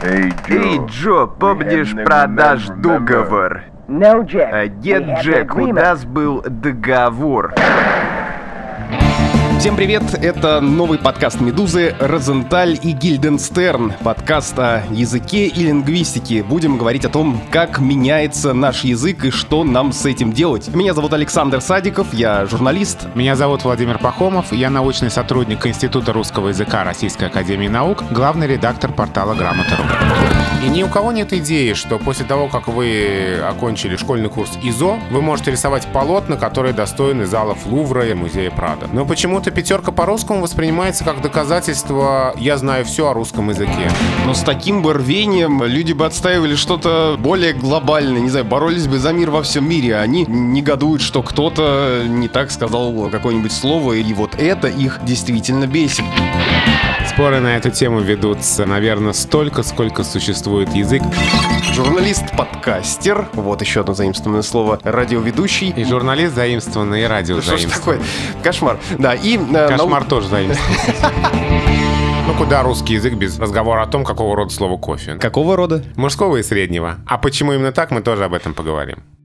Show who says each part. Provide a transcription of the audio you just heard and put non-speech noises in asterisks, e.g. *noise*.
Speaker 1: Ты, Джо, помнишь про наш договор?
Speaker 2: No,
Speaker 3: Uh,
Speaker 2: Jack.
Speaker 1: А
Speaker 2: We had
Speaker 1: Нет,
Speaker 2: an
Speaker 1: Джек, у
Speaker 2: agreement.
Speaker 1: нас был договор.
Speaker 3: Всем привет! Это новый подкаст «Медузы» Розенталь и Гильденстерн. Подкаст о языке и лингвистике. Будем говорить о том, как меняется наш язык и что нам с этим делать. Меня зовут Александр Садиков, я журналист.
Speaker 4: Меня зовут Владимир Пахомов, я научный сотрудник Института русского языка Российской Академии Наук, главный редактор портала Грамота.ру. И ни у кого нет идеи, что после того, как вы окончили школьный курс ИЗО, вы можете рисовать полотна, которые достойны залов Лувра и Музея Прада. Но почему-то пятерка по русскому воспринимается как доказательство «я знаю все о русском языке».
Speaker 3: Но с таким бы рвением люди бы отстаивали что-то более глобальное, не знаю, боролись бы за мир во всем мире. а Они негодуют, что кто-то не так сказал какое-нибудь слово, и вот это их действительно бесит.
Speaker 4: Споры на эту тему ведутся, наверное, столько, сколько существует язык.
Speaker 3: Журналист-подкастер, вот еще одно заимствованное слово, радиоведущий.
Speaker 4: И журналист заимствованный, и радио
Speaker 3: Ну, Что ж
Speaker 4: заимствованное.
Speaker 3: такое? Кошмар. Да, и... э,
Speaker 4: Кошмар
Speaker 3: нау-
Speaker 4: тоже заимствовался. *laughs* Ну куда русский язык без разговора о том, какого рода слово кофе?
Speaker 3: Какого рода?
Speaker 4: Мужского и среднего. А почему именно так, мы тоже об этом поговорим.